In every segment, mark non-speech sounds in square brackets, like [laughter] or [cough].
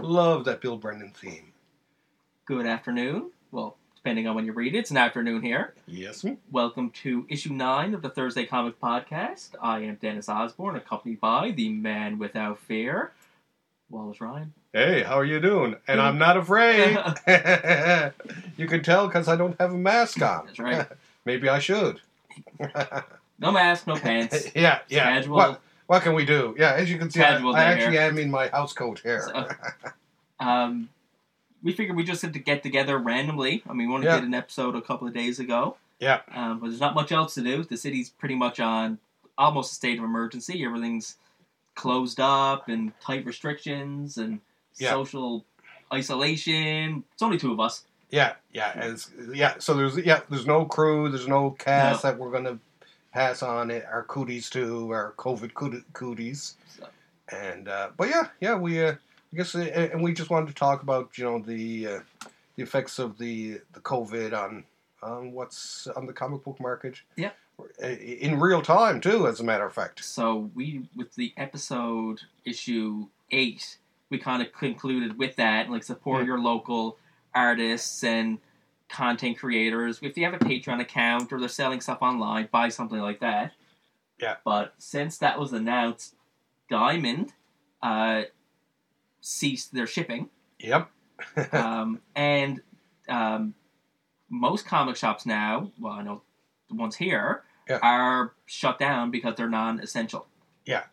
love that Bill Brennan theme. Good afternoon. Well, depending on when you read it, it's an afternoon here. Yes, ma'am. Welcome to issue nine of the Thursday Comic Podcast. I am Dennis Osborne, accompanied by the man without fear, Wallace Ryan. Hey, how are you doing? And Good. I'm not [laughs] afraid. [laughs] you can tell because I don't have a mask on. [laughs] That's right. Maybe I should. No mask, no pants. yeah, [laughs] yeah. Casual. What, what can we do? Yeah, as you can see, I, Casual I day actually am in my house coat here. So, [laughs] um, we figured we just had to get together randomly. I mean, we only Yeah. did an episode a couple of days ago. Yeah. Um, but there's not much else to do. The city's pretty much on almost a state of emergency. Everything's closed up and tight restrictions and Yeah. social isolation. It's only two of us. Yeah, yeah, as, yeah. So there's yeah, there's no crew, there's no cast that we're gonna pass on it, our cooties to our COVID coot- cooties, So, and uh, but yeah, yeah, we uh, I guess uh, and we just wanted to talk about you know the uh, the effects of the the COVID on on what's on the comic book market. Yeah. Uh, in real time too, as a matter of fact. so we, with the episode issue eight, we kind of concluded with that, like support Yeah. your local artists and content creators. If you have a Patreon account or they're selling stuff online, buy something like that. Yeah. But since that was announced, Diamond uh, ceased [laughs] their shipping, Yep. um, and um, most comic shops now, well, I know the ones here, Yeah. are shut down because they're non-essential. Yeah.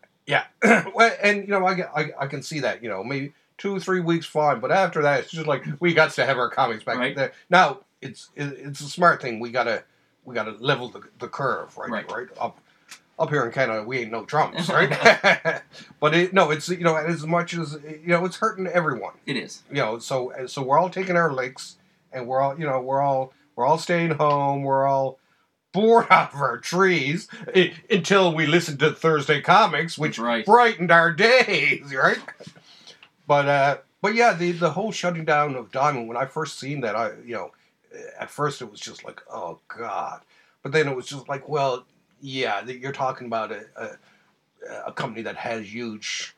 [clears throat] well, and you know, I, can- I I can see that. You know, maybe two three weeks fine, but after that, it's just like we got to have our comics back Right. there. Now it's it, it's a smart thing. We gotta we gotta level the, the curve, right? Right. up. Up here in Canada, we ain't no drums, right? [laughs] but it, no, it's you know as much as you know, it's hurting everyone. It is. You know, so so we're all taking our licks, and we're all you know we're all we're all staying home. We're all bored [laughs] out of our trees i- until we listen to Thursday comics, which That's right. brightened our days, [laughs] right? But uh, but yeah, the the whole shutting down of Diamond. When I first seen that, I you know, at first it was just like, oh god. But then it was just like, well, yeah, that you're talking about a a, a company that has huge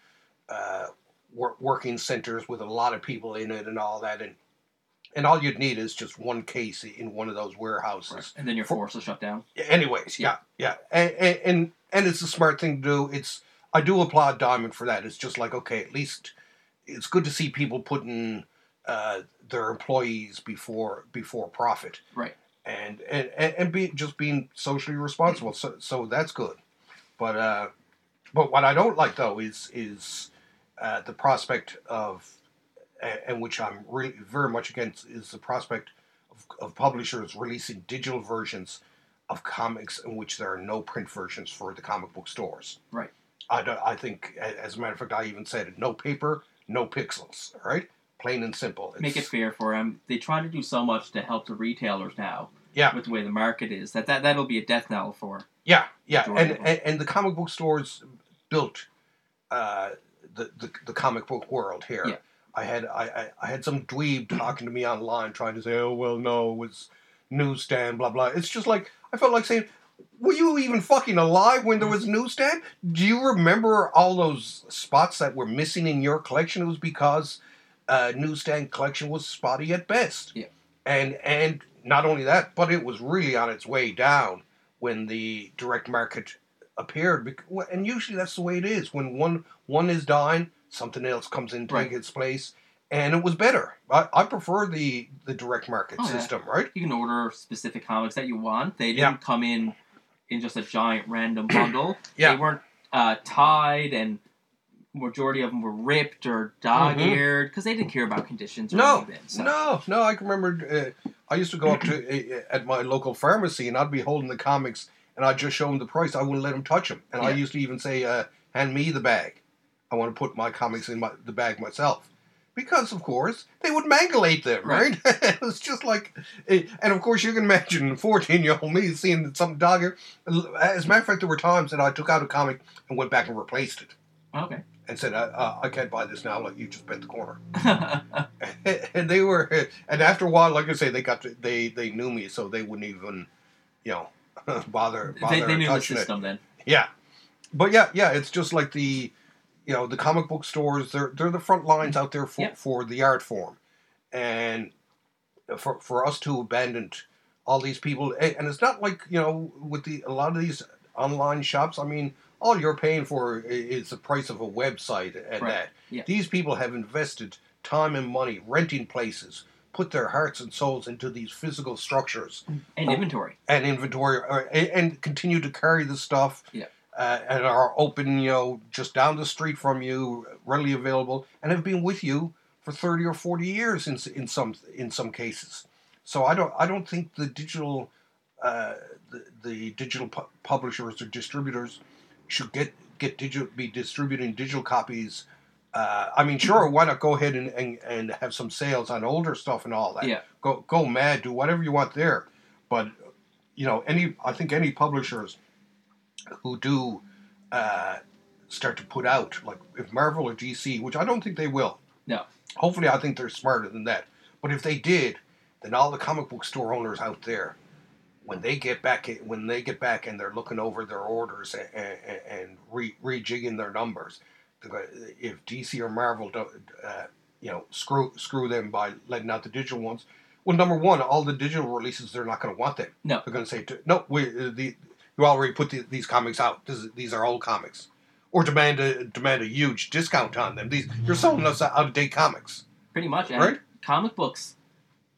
uh, wor- working centers with a lot of people in it and all that, and and all you'd need is just one case in one of those warehouses Right. And then you're forced to shut down. anyways yeah yeah and, and and and it's a smart thing to do it's i do applaud diamond for that it's just like okay at least it's good to see people putting uh, their employees before before profit Right. and and and, and be, just being socially responsible so so that's good but uh but what i don't like though is is uh, the prospect of a- and which i'm really very much against is the prospect of, of publishers releasing digital versions of comics in which there are no print versions for the comic book stores. Right. I, don't- I think, a- as a matter of fact, I even said it, no paper, no pixels. All right, plain and simple. Make it fair for them. They try to do so much to help the retailers now. Yeah. With the way the market is, that that that'll be a death knell for. Yeah, yeah, and, Enjoyable. and and the comic book stores built uh, the, the the comic book world here. Yeah. I had I, I I had some dweeb talking to me online trying to say, oh well, no, it was newsstand, blah blah. It's just like I felt like saying. Were you even fucking alive when there was newsstand? Do you remember all those spots that were missing in your collection? It was because uh, newsstand collection was spotty at best. Yeah. And and not only that, but it was really on its way down when the direct market appeared. bec- well, And usually that's the way it is. When one one is dying, something else comes in to Right. take its place, and it was better. I, I prefer the the direct market Oh, yeah. system, right? You can order specific comics that you want. They didn't Yeah. come in in just a giant [clears throat] random bundle. Yeah. They weren't uh, tied, and majority of them were ripped or dog-eared because they didn't care about conditions. Or Mm-hmm. No, anything, so. No, no. I can remember. Uh, I used to go up to uh, at my local pharmacy, and I'd be holding the comics, and I'd just show them the price. I wouldn't let them touch them, and I Yeah. used to even say, uh, "Hand me the bag. I want to put my comics in my, the bag myself." Because of course they would manglate them, right? [laughs] Right. it was just like, eh, and of course you can imagine [laughs] fourteen-year-old me seeing some dog. As a matter of fact, there were times that I took out a comic and went back and replaced it, Okay. [laughs] and said, "I, uh, I can't buy this now. Like you just bent the corner." [laughs] and they were and after a while like i say they got to, they they knew me so they wouldn't even you know [laughs] bother bother they, they knew the touching system then. it yeah but yeah yeah it's just like the you know the comic book stores they're they're the front lines out there for, Mm-hmm. Yep. for the art form and for for us to abandon all these people a- and it's not like you know with the a lot of these online shops i mean all you're paying for i- is the price of a website and Right. that Yeah. these people have invested time and money renting places put their hearts and souls into these physical structures and Oh. inventory. and inventory or, and, and continue to carry the stuff Yeah. uh, and are open you know just down the street from you readily available and have been with you for 30 or 40 years in, s- in some in some cases so i don't i don't think the digital uh, the, the digital pu- publishers or distributors should get get digital be distributing digital copies uh, I mean, sure. Why not go ahead and, and, and have some sales on older stuff and all that? Yeah. Go go mad. Do whatever you want there, but you know any i think any publishers who do uh, start to put out like if marvel or dc which i don't think they will No. hopefully i think they're smarter than that but if they did then all the comic book store owners out there when they get back when they get back and they're looking over their orders and, and, and re, rejigging their numbers they're gonna- if dc or marvel don't uh, you know screw screw them by letting out the digital ones well number one all the digital releases they're not going to want them No. they're going to say to- no we uh, the you already put the, these comics out this is, these are old comics or demand a demand a huge discount on them these you're selling us out of date comics Pretty much, and Right. comic books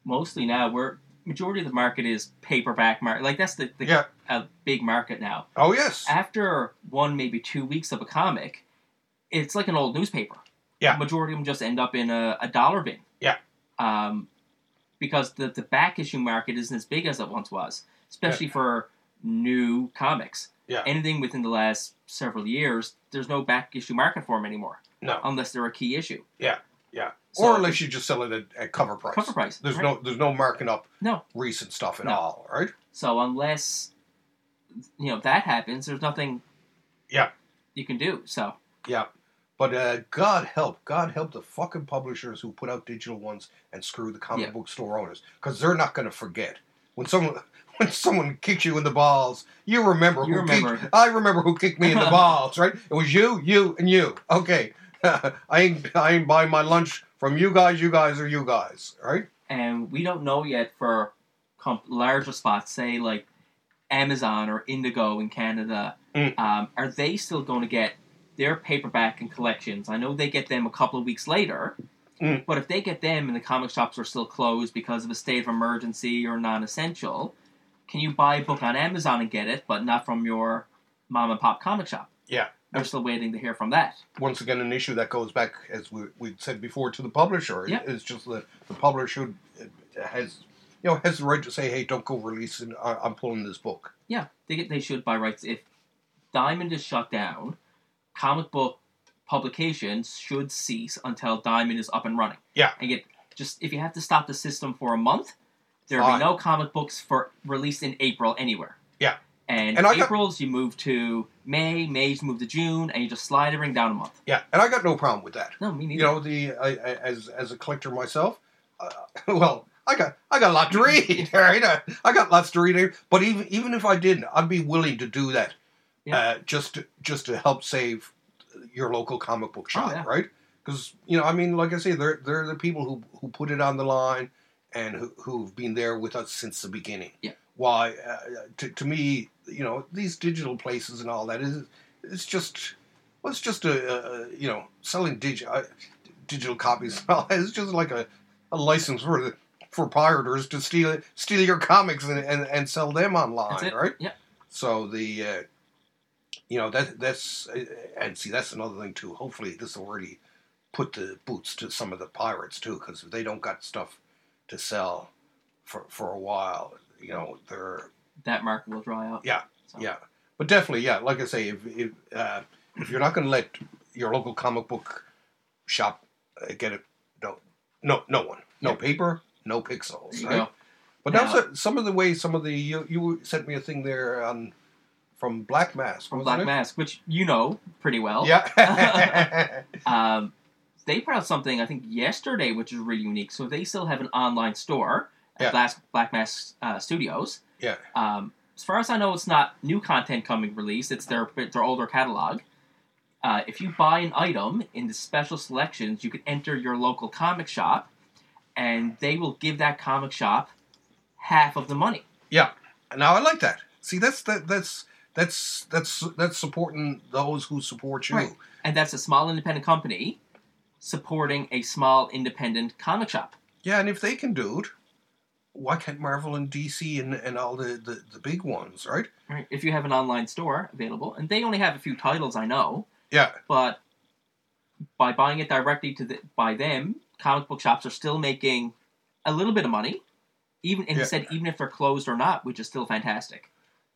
mostly now. Where majority of the market is paperback market. Like that's the, the Yeah. a big market now. oh yes Uh, After one maybe two weeks of a comic, it's like an old newspaper. Yeah. majority of them just end up in a, a dollar bin. Yeah. Um, because the the back issue market isn't as big as it once was, especially for new comics. Yeah. Anything within the last several years, there's no back issue market for them anymore, no unless they're a key issue. Yeah, yeah. uh, So- or unless you just sell it at, at cover price cover price. there's right? no there's no marking up No. recent stuff at No. all right So unless you know that happens, there's nothing. Yeah. You can do so. Yeah. But uh, God help, God help the fucking publishers who put out digital ones and screw the comic Yeah. book store owners because they're not going to forget when someone [laughs] when someone kicks you in the balls. You remember You who remember. kicked. I remember who kicked [laughs] me in the balls. Right? It was you, you, and you. Okay. [laughs] I ain't I ain't buying my lunch from you guys, you guys, or you guys. Right? And we don't know yet for comp- larger spots, say like Amazon or Indigo in Canada, Mm. um, are they still going to get their paperback and collections? I know they get them a couple of weeks later, Mm. but if they get them and the comic shops are still closed because of a state of emergency or non-essential, can you buy a book on Amazon and get it, but not from your mom and pop comic shop? Yeah. We're still waiting to hear from that. Once again, an issue that goes back, as we we said before, to the publisher. It- Yeah. It's just that the publisher uh, has, you know, has the right to say, "Hey, don't go releasing. I, I'm pulling this book." Yeah, they get, they should by rights. If Diamond is shut down, comic book publications should cease until Diamond is up and running. Yeah. and get just if you have to stop the system for a month, there'll Fine. be no comic books for released in April anywhere. Yeah. and, And I got- April's you move to May, May's move to June, and you just slide everything down a month. Yeah, and I got no problem with that. No, me You neither. know, the I, I, as as a collector myself, uh, [laughs] well, I got I got a lot to read, [laughs] right? I, I got lots to read, but even even if I didn't, I'd be willing to do that, Yeah. uh, just to, just to help save your local comic book shop, Oh, yeah. right? Because you know, I mean, like I say, they're they're the people who who put it on the line and who who've been there with us since the beginning. Yeah. Why, uh, to to me, you know, these digital places and all that is it's just well, it's just a, a you know selling dig, uh, digital copies. [laughs] It's just like a, a license for the, for pirates to steal steal your comics and, and, and sell them That's online, it. right? Yeah. So the uh, you know that that's uh, and see that's another thing too. Hopefully this will really put the boots to some of the pirates too, because if they don't got stuff to sell for for a while, you know they're That market will dry out. Yeah, So, yeah. but definitely, yeah. Like I say, if if, uh, if you're not going to let your local comic book shop uh, get it, no, no, no one, no Yeah. paper, no There pixels. you Right? go. But now, Now- so- some of the way, some of the you, you sent me a thing there on from Black Mask. From wasn't Black it? Mask, which you know pretty well. [laughs] Yeah. [laughs] Um, they put out something I think yesterday, which is really unique. So they still have an online store at Yeah. Black, Black Mass uh, Studios. yeah. Um, as far as I know, it's not new content coming released. It's their their older catalog. Uh, if you buy an item in the special selections, you can enter your local comic shop, and they will give that comic shop half of the money. Now I like that. See, that's that, that's that's that's that's supporting those who support you. Right. And that's a small independent company supporting a small independent comic shop. Yeah, and if they can do it, why can't Marvel and DC and, and all the, the, the big ones, right? Right. If you have an online store available, and they only have a few titles, I know, Yeah, but by buying it directly to the, by them, comic book shops are still making a little bit of money. Even and Yeah. he said even if they're closed or not, which is still fantastic.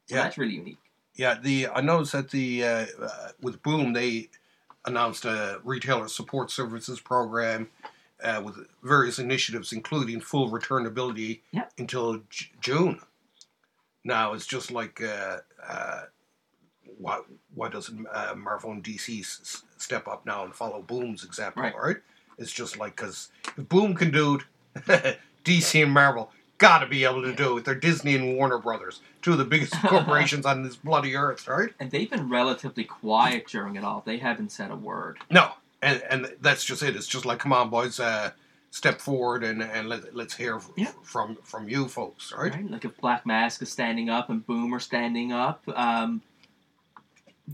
So Yeah. that's really unique. yeah. The I noticed that the uh, uh, with Boom they announced a retailer support services program uh, with various initiatives, including full returnability Yeah. until J- June. Now it's just like uh, uh, why why doesn't uh, Marvel and DC s- s- step up now and follow Boom's example? Right. right? It's just like because if Boom can do it, [laughs] DC and Marvel gotta be able to do it. They're Disney and Warner Brothers, two of the biggest corporations on this bloody earth, right? And they've been relatively quiet during it all. They haven't said a word. No, and and that's just it. It's just like, come on, boys, uh, step forward and and let, let's hear f- Yeah. from from you folks, right? Right? Like if Black Mask is standing up and Boom are standing up, um,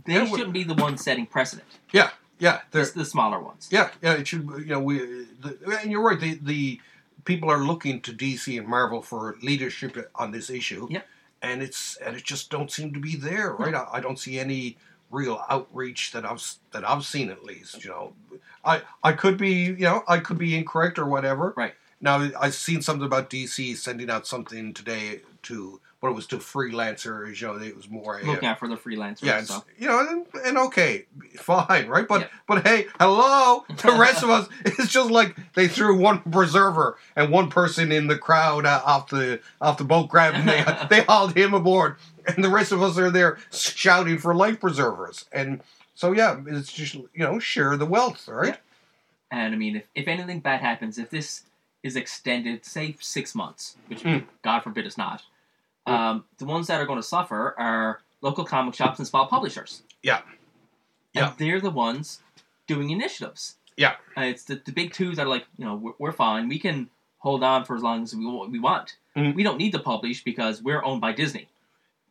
they Yeah, we- shouldn't be the ones setting precedent. Yeah, they're- It's the smaller ones. yeah, yeah. It should, you know, we the, and you're right. The the people are looking to DC and Marvel for leadership on this issue. Yeah. and it's and it just don't seem to be there, right? I, I don't see any real outreach that I've s- that I've seen at least. You know, I I could be you know I could be incorrect or whatever. Right. Now I've seen something about DC sending out something today to what it was to freelancers. You know, it was more a, Looking out for the freelancers. yeah, Yeah, it's, you know, and, and okay, fine, right? But Yeah. but hey, hello, the rest of us. It's just like they threw one preserver and one person in the crowd uh, off the off the boat grab, and they they hauled him aboard, and the rest of us are there shouting for life preservers. And so yeah, it's just you know share the wealth, right? And I mean, if, if anything bad happens, if this is extended, say six months, which Mm. God forbid it's not, Mm. um, the ones that are going to suffer are local comic shops and small publishers. Yeah. Yeah. And they're the ones doing initiatives. Yeah. Uh, it's the, the big two that are like, you know, we're, we're fine. We can hold on for as long as we, wa- we want. Mm. We don't need to publish because we're owned by Disney.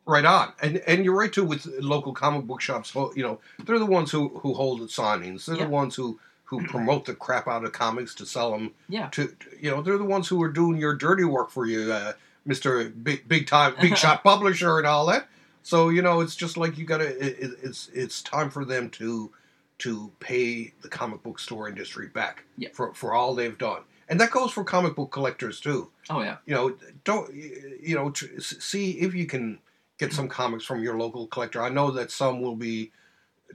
Right on, and and you're right too with local comic book shops. ho- You know, they're the ones who who hold the signings. They're Yeah. the ones who who promote the crap out of comics to sell them. Yeah. To you know, they're the ones who are doing your dirty work for you, uh, Mister Big Big Time [laughs] Big Shot Publisher and all that. So you know, it's just like you gotta. It, it, it's it's time for them to to pay the comic book store industry back Yeah. for for all they've done, and that goes for comic book collectors too Oh, yeah. you know, don't you know, tr- s- see if you can get some comics from your local collector. I know that some will be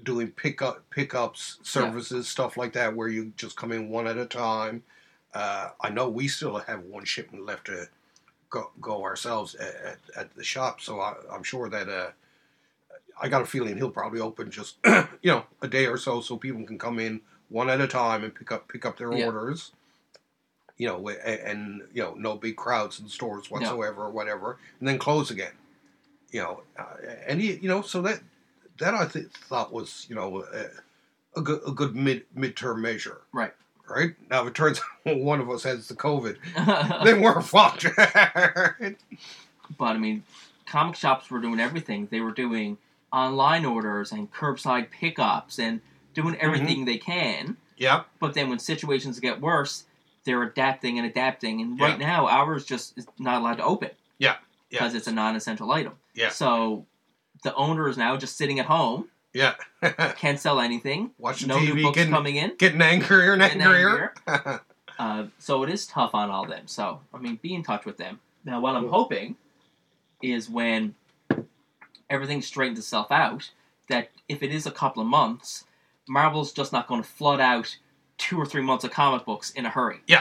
doing pickup pickups services, stuff like that, where you just come in one at a time. Uh, I know we still have one shipment left to go, go ourselves at, at, at the shop, so I, I'm sure that uh, I got a feeling he'll probably open just [clears throat] you know a day or so, so people can come in one at a time and pick up pick up their Yeah. orders. You know, a- and you know, no big crowds in stores whatsoever or whatever, and then close again. You know, uh, and he, you know, so that that I th- thought was you know a, a good a good mid midterm measure. Right. Right now, if it turns [laughs] out one of us has the COVID, [laughs] then we're [laughs] fucked. But I mean, comic shops were doing everything. They were doing online orders and curbside pickups and doing Mm-hmm. everything they can. yeah. But then when situations get worse, they're adapting and adapting. And right now, ours just is not allowed to open. Yeah, yeah. Because it's a non essential item. Yeah. So the owner is now just sitting at home, Yeah. [laughs] can't sell anything. Watching no new TV, books getting, coming in. getting angrier and getting angrier. Uh, so it is tough on all them. So I mean, be in touch with them. Now, what I'm hoping is when everything straightens itself out, that if it is a couple of months, Marvel's just not going to flood out two or three months of comic books in a hurry. Yeah.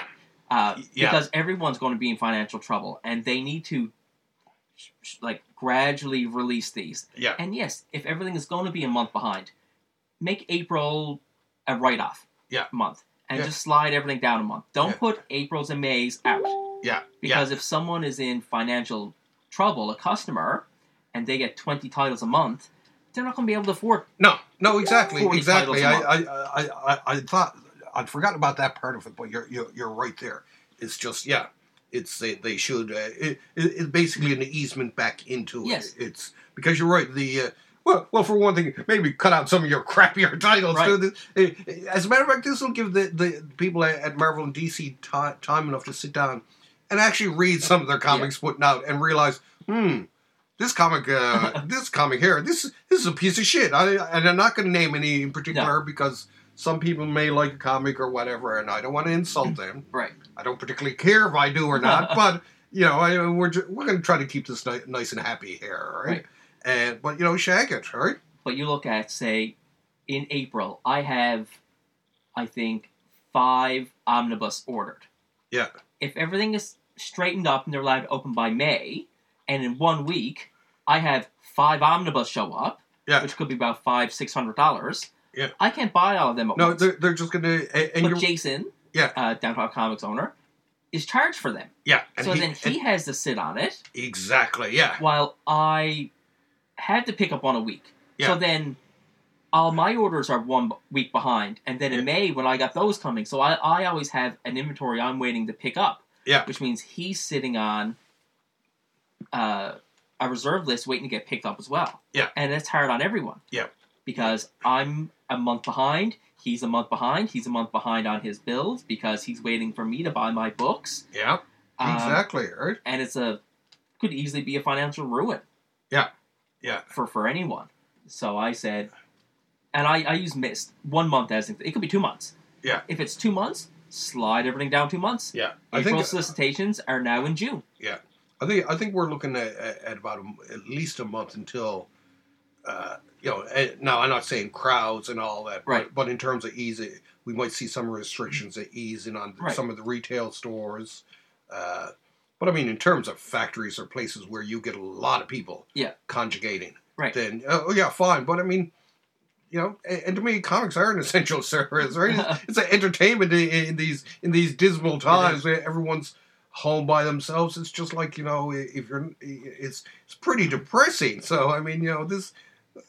Uh, Y- yeah. Because everyone's going to be in financial trouble, and they need to sh- sh- like gradually release these. yeah. And yes, if everything is going to be a month behind, make April a write off Yeah. month and Yeah. just slide everything down a month. Don't Yeah. put April's and May's out Yeah. because if someone is in financial trouble, a customer, and they get 20 titles a month, they're not going to be able to afford. No, no, exactly, Before we exactly. I, title I, I, I, I thought I'd forgotten about that part of it, but you're you're, you're right there. It's just yeah, it's they, they should. Uh, it, it, it's basically an easement back into it. Yes. It's because you're right. The uh, well, well, for one thing, maybe cut out some of your [laughs] crappier titles. Right. do this- eh, eh, As a matter of fact, this will give the, the people at- at Marvel and DC ti- time enough to sit down and actually read some of their comics putting out and realize, hmm, this comic, uh, this comic here, this this is a piece of shit. I, and I'm not going to name any in particular because some people may like a comic or whatever, and I don't want to insult them. Right. I don't particularly care if I do or [laughs] not, but you know, I, we're ju- we're going to try to keep this ni- nice and happy here, all right? Right. And but you know, shag it, all right? But you look at, say, in April, I have, I think, five omnibus ordered. Yeah. If everything is straightened up and they're allowed to open by May, and in one week, I have five omnibus show up, Yeah. which could be about five, six hundred dollars. Yeah. I can't buy all of them at No, once. they're, they're just going to and, but you're, Jason, Yeah. uh, Downtown Comics owner, is charged for them. yeah, and so he- then he and- has to sit on it exactly yeah. while I had to pick up on a week. Yeah. So then all my orders are one b- week behind. And then in Yeah. May, when I got those coming, so I, I always have an inventory I'm waiting to pick up. Yeah. Which means he's sitting on uh, a reserve list waiting to get picked up as well. Yeah. And it's hard on everyone. Yeah. Because I'm a month behind. He's a month behind. He's a month behind on his bills because he's waiting for me to buy my books. Yeah, Um, exactly. All right. and it's a could easily be a financial ruin. Yeah. Yeah. For for anyone. So I said, and I I use missed one month as an- it could be two months. Yeah. If it's two months, slide everything down two months. Yeah, I April think solicitations are now in June. I think I think we're looking at, at at about a m at least a month until, uh, you know. eh, Now I'm not saying crowds and all that, but- Right. But, in terms of ease, eh, we might see some restrictions that ease in on Right. some of the retail stores. Uh, but I mean, in terms of factories or places where you get a lot of people, Yeah. conjugating, Right. Then oh yeah, fine. But I mean. You know, eh, and to me, comics are an [laughs] essential service, [laughs] right? It's- [laughs] It's an entertainment in, in these in these dismal times where everyone's home by themselves. It's just like you know, i- if you're, it's it's pretty depressing. So I mean, you know, this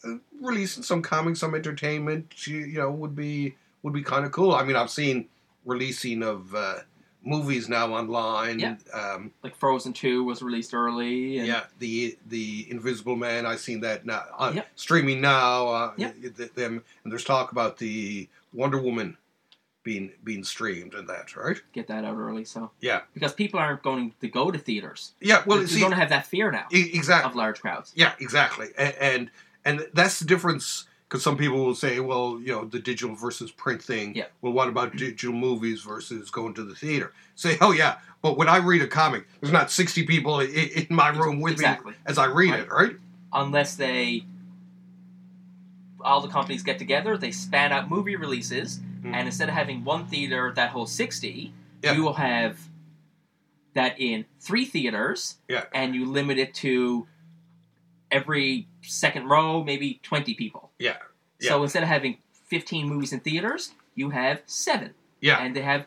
uh, releasing some comics, some entertainment, you, you know, would be would be kind of cool. I mean, I've seen releasing of uh, movies now online. Yeah. Um, Like Frozen Two was released early. And yeah, the the Invisible Man. I've seen that now uh, Yep. streaming now. Uh, Yep. th- them and there's talk about the Wonder Woman being being streamed and that right. Get that out early. So Yeah. because people aren't going to go to theaters. Yeah, well, you see, don't have that fear now e- exactly. of large crowds. Yeah, exactly, and and, and that's the difference. Because some people will say, well, you know, the digital versus print thing. Yeah. Well, what about digital movies versus going to the theater? Say, oh yeah, but when I read a comic, there's not 60 people in, in my room with exactly. me as I read it, right? unless they all the companies get together, they span out movie releases, Mm. and instead of having one theater that holds sixty, Yeah. you will have that in three theaters, Yeah. and you limit it to every second row, maybe twenty people. Yeah. So instead of having fifteen movies in theaters, you have seven, Yeah. and they have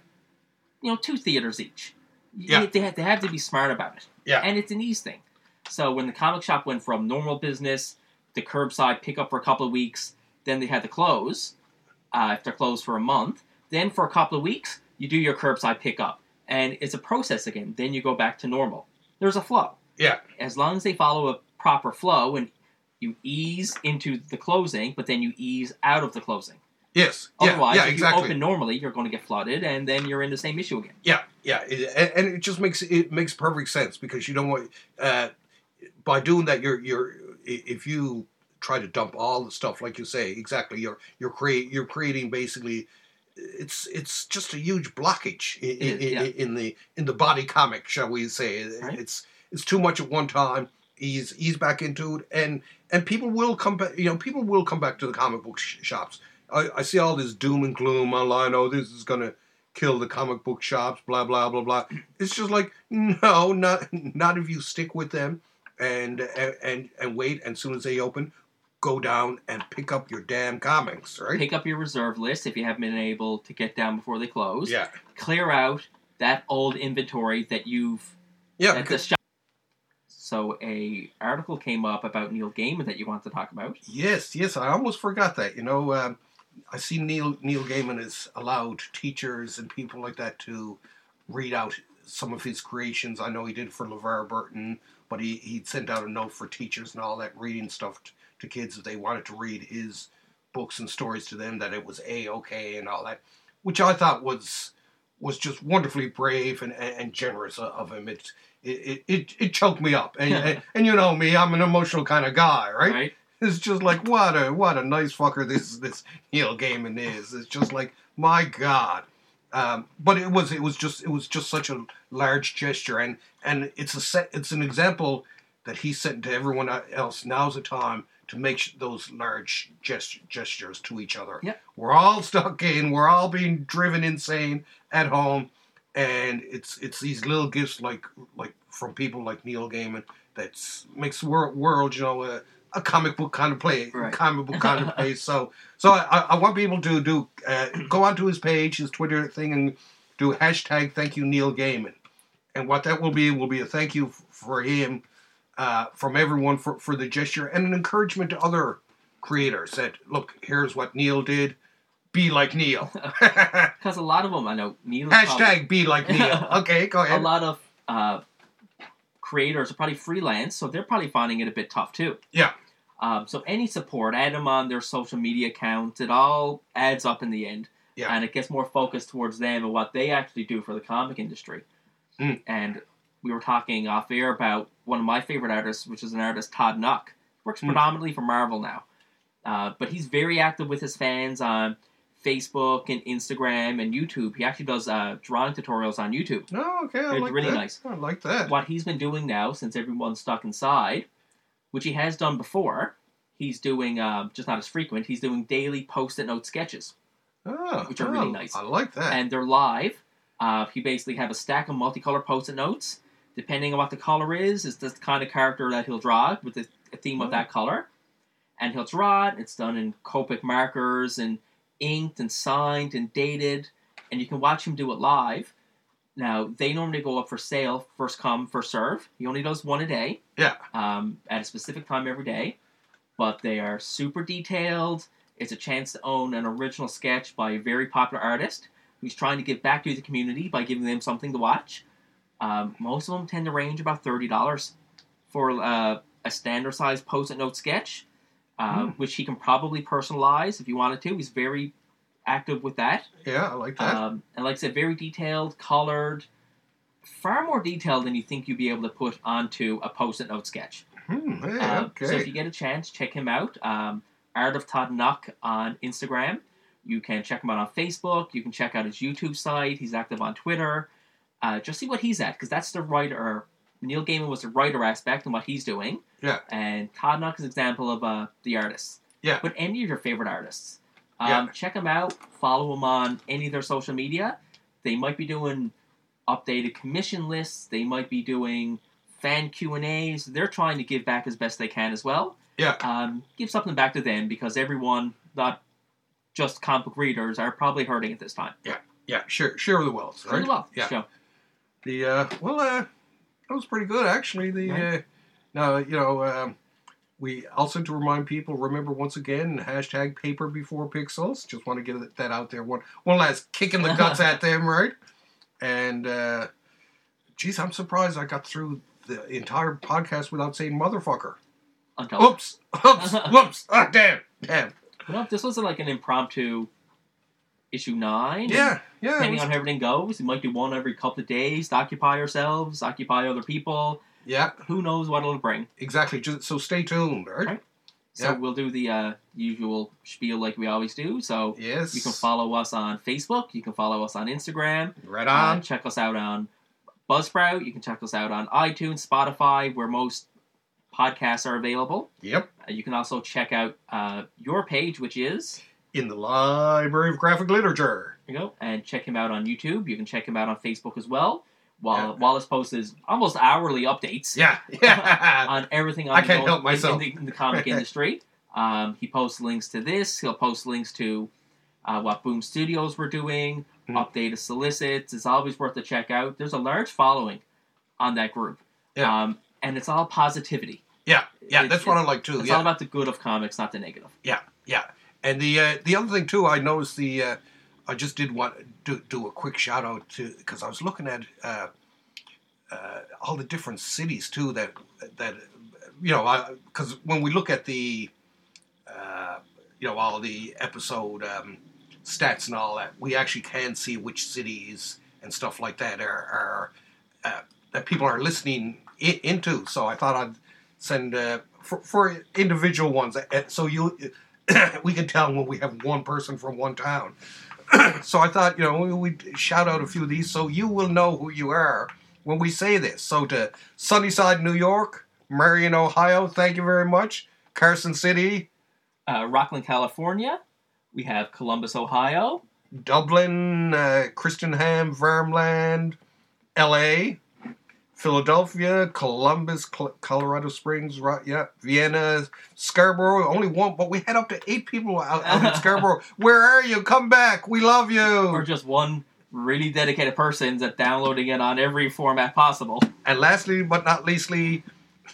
you know two theaters each. You- Yeah. they have, they have to be smart about it. Yeah. and it's an ease thing. So when the comic shop went from normal business to curbside pickup for a couple of weeks, then they had to close. Uh, if they're closed for a month, then for a couple of weeks you do your curbside pickup, and it's a process again. Then you go back to normal. There's a flow. Yeah. As long as they follow a proper flow and you ease into the closing, but then you ease out of the closing. Yes. Yeah, Otherwise, yeah, if exactly. you open normally, you're going to get flooded, and then you're in the same issue again. Yeah, yeah, it, and- and it just makes it makes perfect sense because you don't want uh, by doing that you're you're i- if you try to dump all the stuff like you say exactly you're you're create you're creating basically it's it's just a huge blockage in, It is, in, yeah. in the in the body comic shall we say Right. it's it's too much at one time ease ease back into it and and people will come back you know people will come back to the comic book sh- shops I, I see all this doom and gloom online oh this is gonna kill the comic book shops, blah blah blah blah. It's just like no, not not if you stick with them and and and wait. And soon as they open, go down and pick up your damn comics, right? Pick up your reserve list if you haven't been able to get down before they close. Yeah, Clear out that old inventory that you've yeah, that the because, shop. So a article came up about Neil Gaiman that you want to talk about. Yes, yes, I almost forgot that. You know, um, I see Neil Neil Gaiman has allowed teachers and people like that to read out some of his creations. I know he did for LeVar Burton, but he he'd sent out a note for teachers and all that reading stuff t- to kids if they wanted to read his books and stories to them that it was a okay and all that, which I thought was was just wonderfully brave and, and, and generous o- of him. It it, it, it choked me up, and, and and you know me, I'm an emotional kind of guy, right? [laughs] It's just like what a what a nice fucker this this Neil Gaiman is. It's just like my God. Um, but it was it was just it was just such a large gesture, and and it's a set, it's an example that he sent to everyone else. Now's the time to make sh- those large gest- gestures to each other. Yeah. We're all [laughs] stuck in. We're all being driven insane at home, and it's it's these little gifts like like from people like Neil Gaiman that makes the wor- world you know a, a comic book kind of play, Right. comic book kind of place. So so I, I want people to do uh, go onto his page, his Twitter thing, and do hashtag thank you Neil Gaiman, and what that will be will be a thank you f- for him uh, from everyone for, for the gesture and an encouragement to other creators that look here's what neil did be like [laughs] neil [laughs] Because a lot of them, I know Neil. hashtag be like [laughs] neil okay go A ahead lot of uh, creators are probably freelance, so they're probably finding it a bit tough too. Yeah. Um, so any support, add them on their social media accounts. It all adds up in the end, Yeah. and it gets more focused towards them and what they actually do for the comic industry. Mm. And we were talking off air about one of my favorite artists, which is an artist Todd Nuck. Works Mm. predominantly for Marvel now, uh, but he's very active with his fans on Facebook and Instagram and YouTube. He actually does uh, drawing tutorials on YouTube no okay i It's like really that nice. i like that what he's been doing now since everyone's stuck inside, which he has done before. He's doing um, just not as frequent. He's doing daily post-it note sketches, oh, which are oh, really nice. i like that and they're live. Uh, he basically have a stack of multicolored post-it notes. Depending on what the color is, is this the kind of character that he'll draw with the a theme Oh. of that color, and he'll draw it. It's done in Copic markers and inked and signed and dated, and you can watch him do it live. Now they normally go up for sale, first come, first serve. He only does one a day yeah um, at a specific time every day, but they are super detailed. It's a chance to own an original sketch by a very popular artist who's trying to give back to the community by giving them something to watch. Um, most of them tend to range about thirty dollars for uh, a standard size post-it note sketch, uh, Hmm. which he can probably personalize if you wanted to. He's very active with that. yeah i like that Um, and like I said, very detailed, colored, far more detailed than you think you'd be able to put onto a post-it note sketch. hmm, hey, Um, okay So if you get a chance, check him out. Um, Art of Todd Knock on Instagram. You can check him out on Facebook. You can check out his YouTube site. He's active on Twitter. Uh, just see what he's at, because that's the writer. Neil Gaiman was the writer aspect and what he's doing. Yeah. And Todd Knock is an example of uh, the artist. Yeah. But any of your favorite artists. Um, Yeah. Check them out. Follow them on any of their social media. They might be doing updated commission lists. They might be doing fan Q and A's. They're trying to give back as best they can as well. Yeah. Um, give something back to them because everyone, not just comic book readers, are probably hurting at this time. yeah share share the wealth right Really well. yeah So, The uh, well, uh, that was pretty good actually. The uh, Right. now you know um, we also to remind people remember once again hashtag paper before pixels. Just want to get that out there one one last kick in the [laughs] guts at them, right? And uh, geez, I'm surprised I got through the entire podcast without saying motherfucker. until Oops, [laughs] oops, whoops. Ah, damn, damn. no, this was like an impromptu issue nine. and Yeah, yeah. it Depending was- on how everything goes, we might do one every couple of days to occupy ourselves, occupy other people. yeah, Who knows what it'll bring? exactly. Just so stay tuned, right? Right. So Yeah. we'll do the uh, usual spiel like we always do. So Yes. you can follow us on Facebook. You can follow us on Instagram. Right Uh, on. check us out on Buzzsprout. You can check us out on iTunes, Spotify, where most podcasts are available. yep. Uh, you can also check out uh, your page, which is In the Library of Graphic Literature. you know, and check him out on YouTube. You can check him out on Facebook as well. While Yeah. Wallace posts almost hourly updates Yeah, [laughs] yeah. on everything. I can't ongoing help in- myself. in, the, in [laughs] the comic industry. Um, he posts links to this. He'll post links to uh, what Boom Studios were doing, Mm. updated solicits. It's always worth a check out. There's a large following on that group. Yeah. Um, and it's all positivity. Yeah, yeah, It- that's what it- I like too. It's yeah. all about the good of comics, not the negative. Yeah, and the uh, the other thing too, I noticed the uh, I just did want do do a quick shout out to because I was looking at uh, uh, all the different cities too that that you know because when we look at the uh, you know all the episode um, stats and all that, we actually can see which cities and stuff like that are, are uh, that people are listening I- into. So I thought I'd send uh, for, for individual ones, uh, so you [coughs] we can tell when we have one person from one town. [coughs] so I thought, you know, we we'd shout out a few of these so you will know who you are when we say this. So to Sunnyside, New York, Marion, Ohio, thank you very much. Carson City, Uh, Rockland, California. We have Columbus, Ohio. Dublin, uh, Christenham, Vermland, LA, Philadelphia, Columbus, Col- Colorado Springs, right? Yeah, Vienna, Scarborough. Only one, but we had up to eight people out, out in Scarborough. Where are you? Come back. We love you. Or just one really dedicated person that's downloading it on every format possible. And lastly, but not leastly,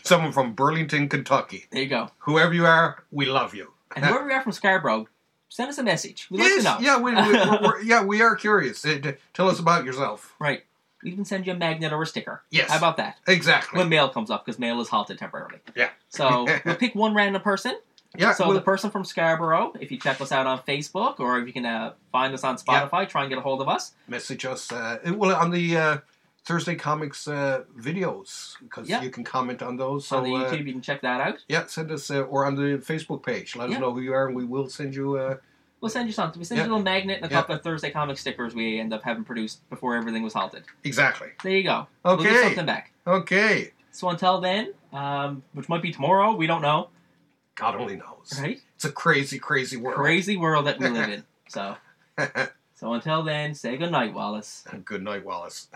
someone from Burlington, Kentucky. There you go. Whoever you are, we love you. And whoever you are from Scarborough, send us a message. We'd yes, like to know. yeah, we, we, we're, [laughs] we're- yeah, we are curious. Uh, d- tell us about yourself. Right. We even send you a magnet or a sticker. Yes, How about that? exactly. When mail comes up, because mail is halted temporarily. Yeah. So we'll pick one random person. [laughs] yeah, So we'll- the person from Scarborough, if you check us out on Facebook or if you can uh, find us on Spotify, try and get a hold of us. message us. Uh, well, on the uh, Thursday comics uh, videos because Yeah. you can comment on those. So on the uh, YouTube, you can check that out. yeah, send us uh, or on the Facebook page. Let Yeah. us know who you are, and we will send you. Uh, We'll send you something. We send Yeah. you a little magnet and a Yeah. couple of Thursday comic stickers we end up having produced before everything was halted. exactly. There you go. We'll get Okay. something back. okay. So until then, um, which might be tomorrow, we don't know, God only knows. right? It's a crazy, crazy world. Crazy world that we live in. So, so until then, say goodnight, Wallace. Good night, Wallace.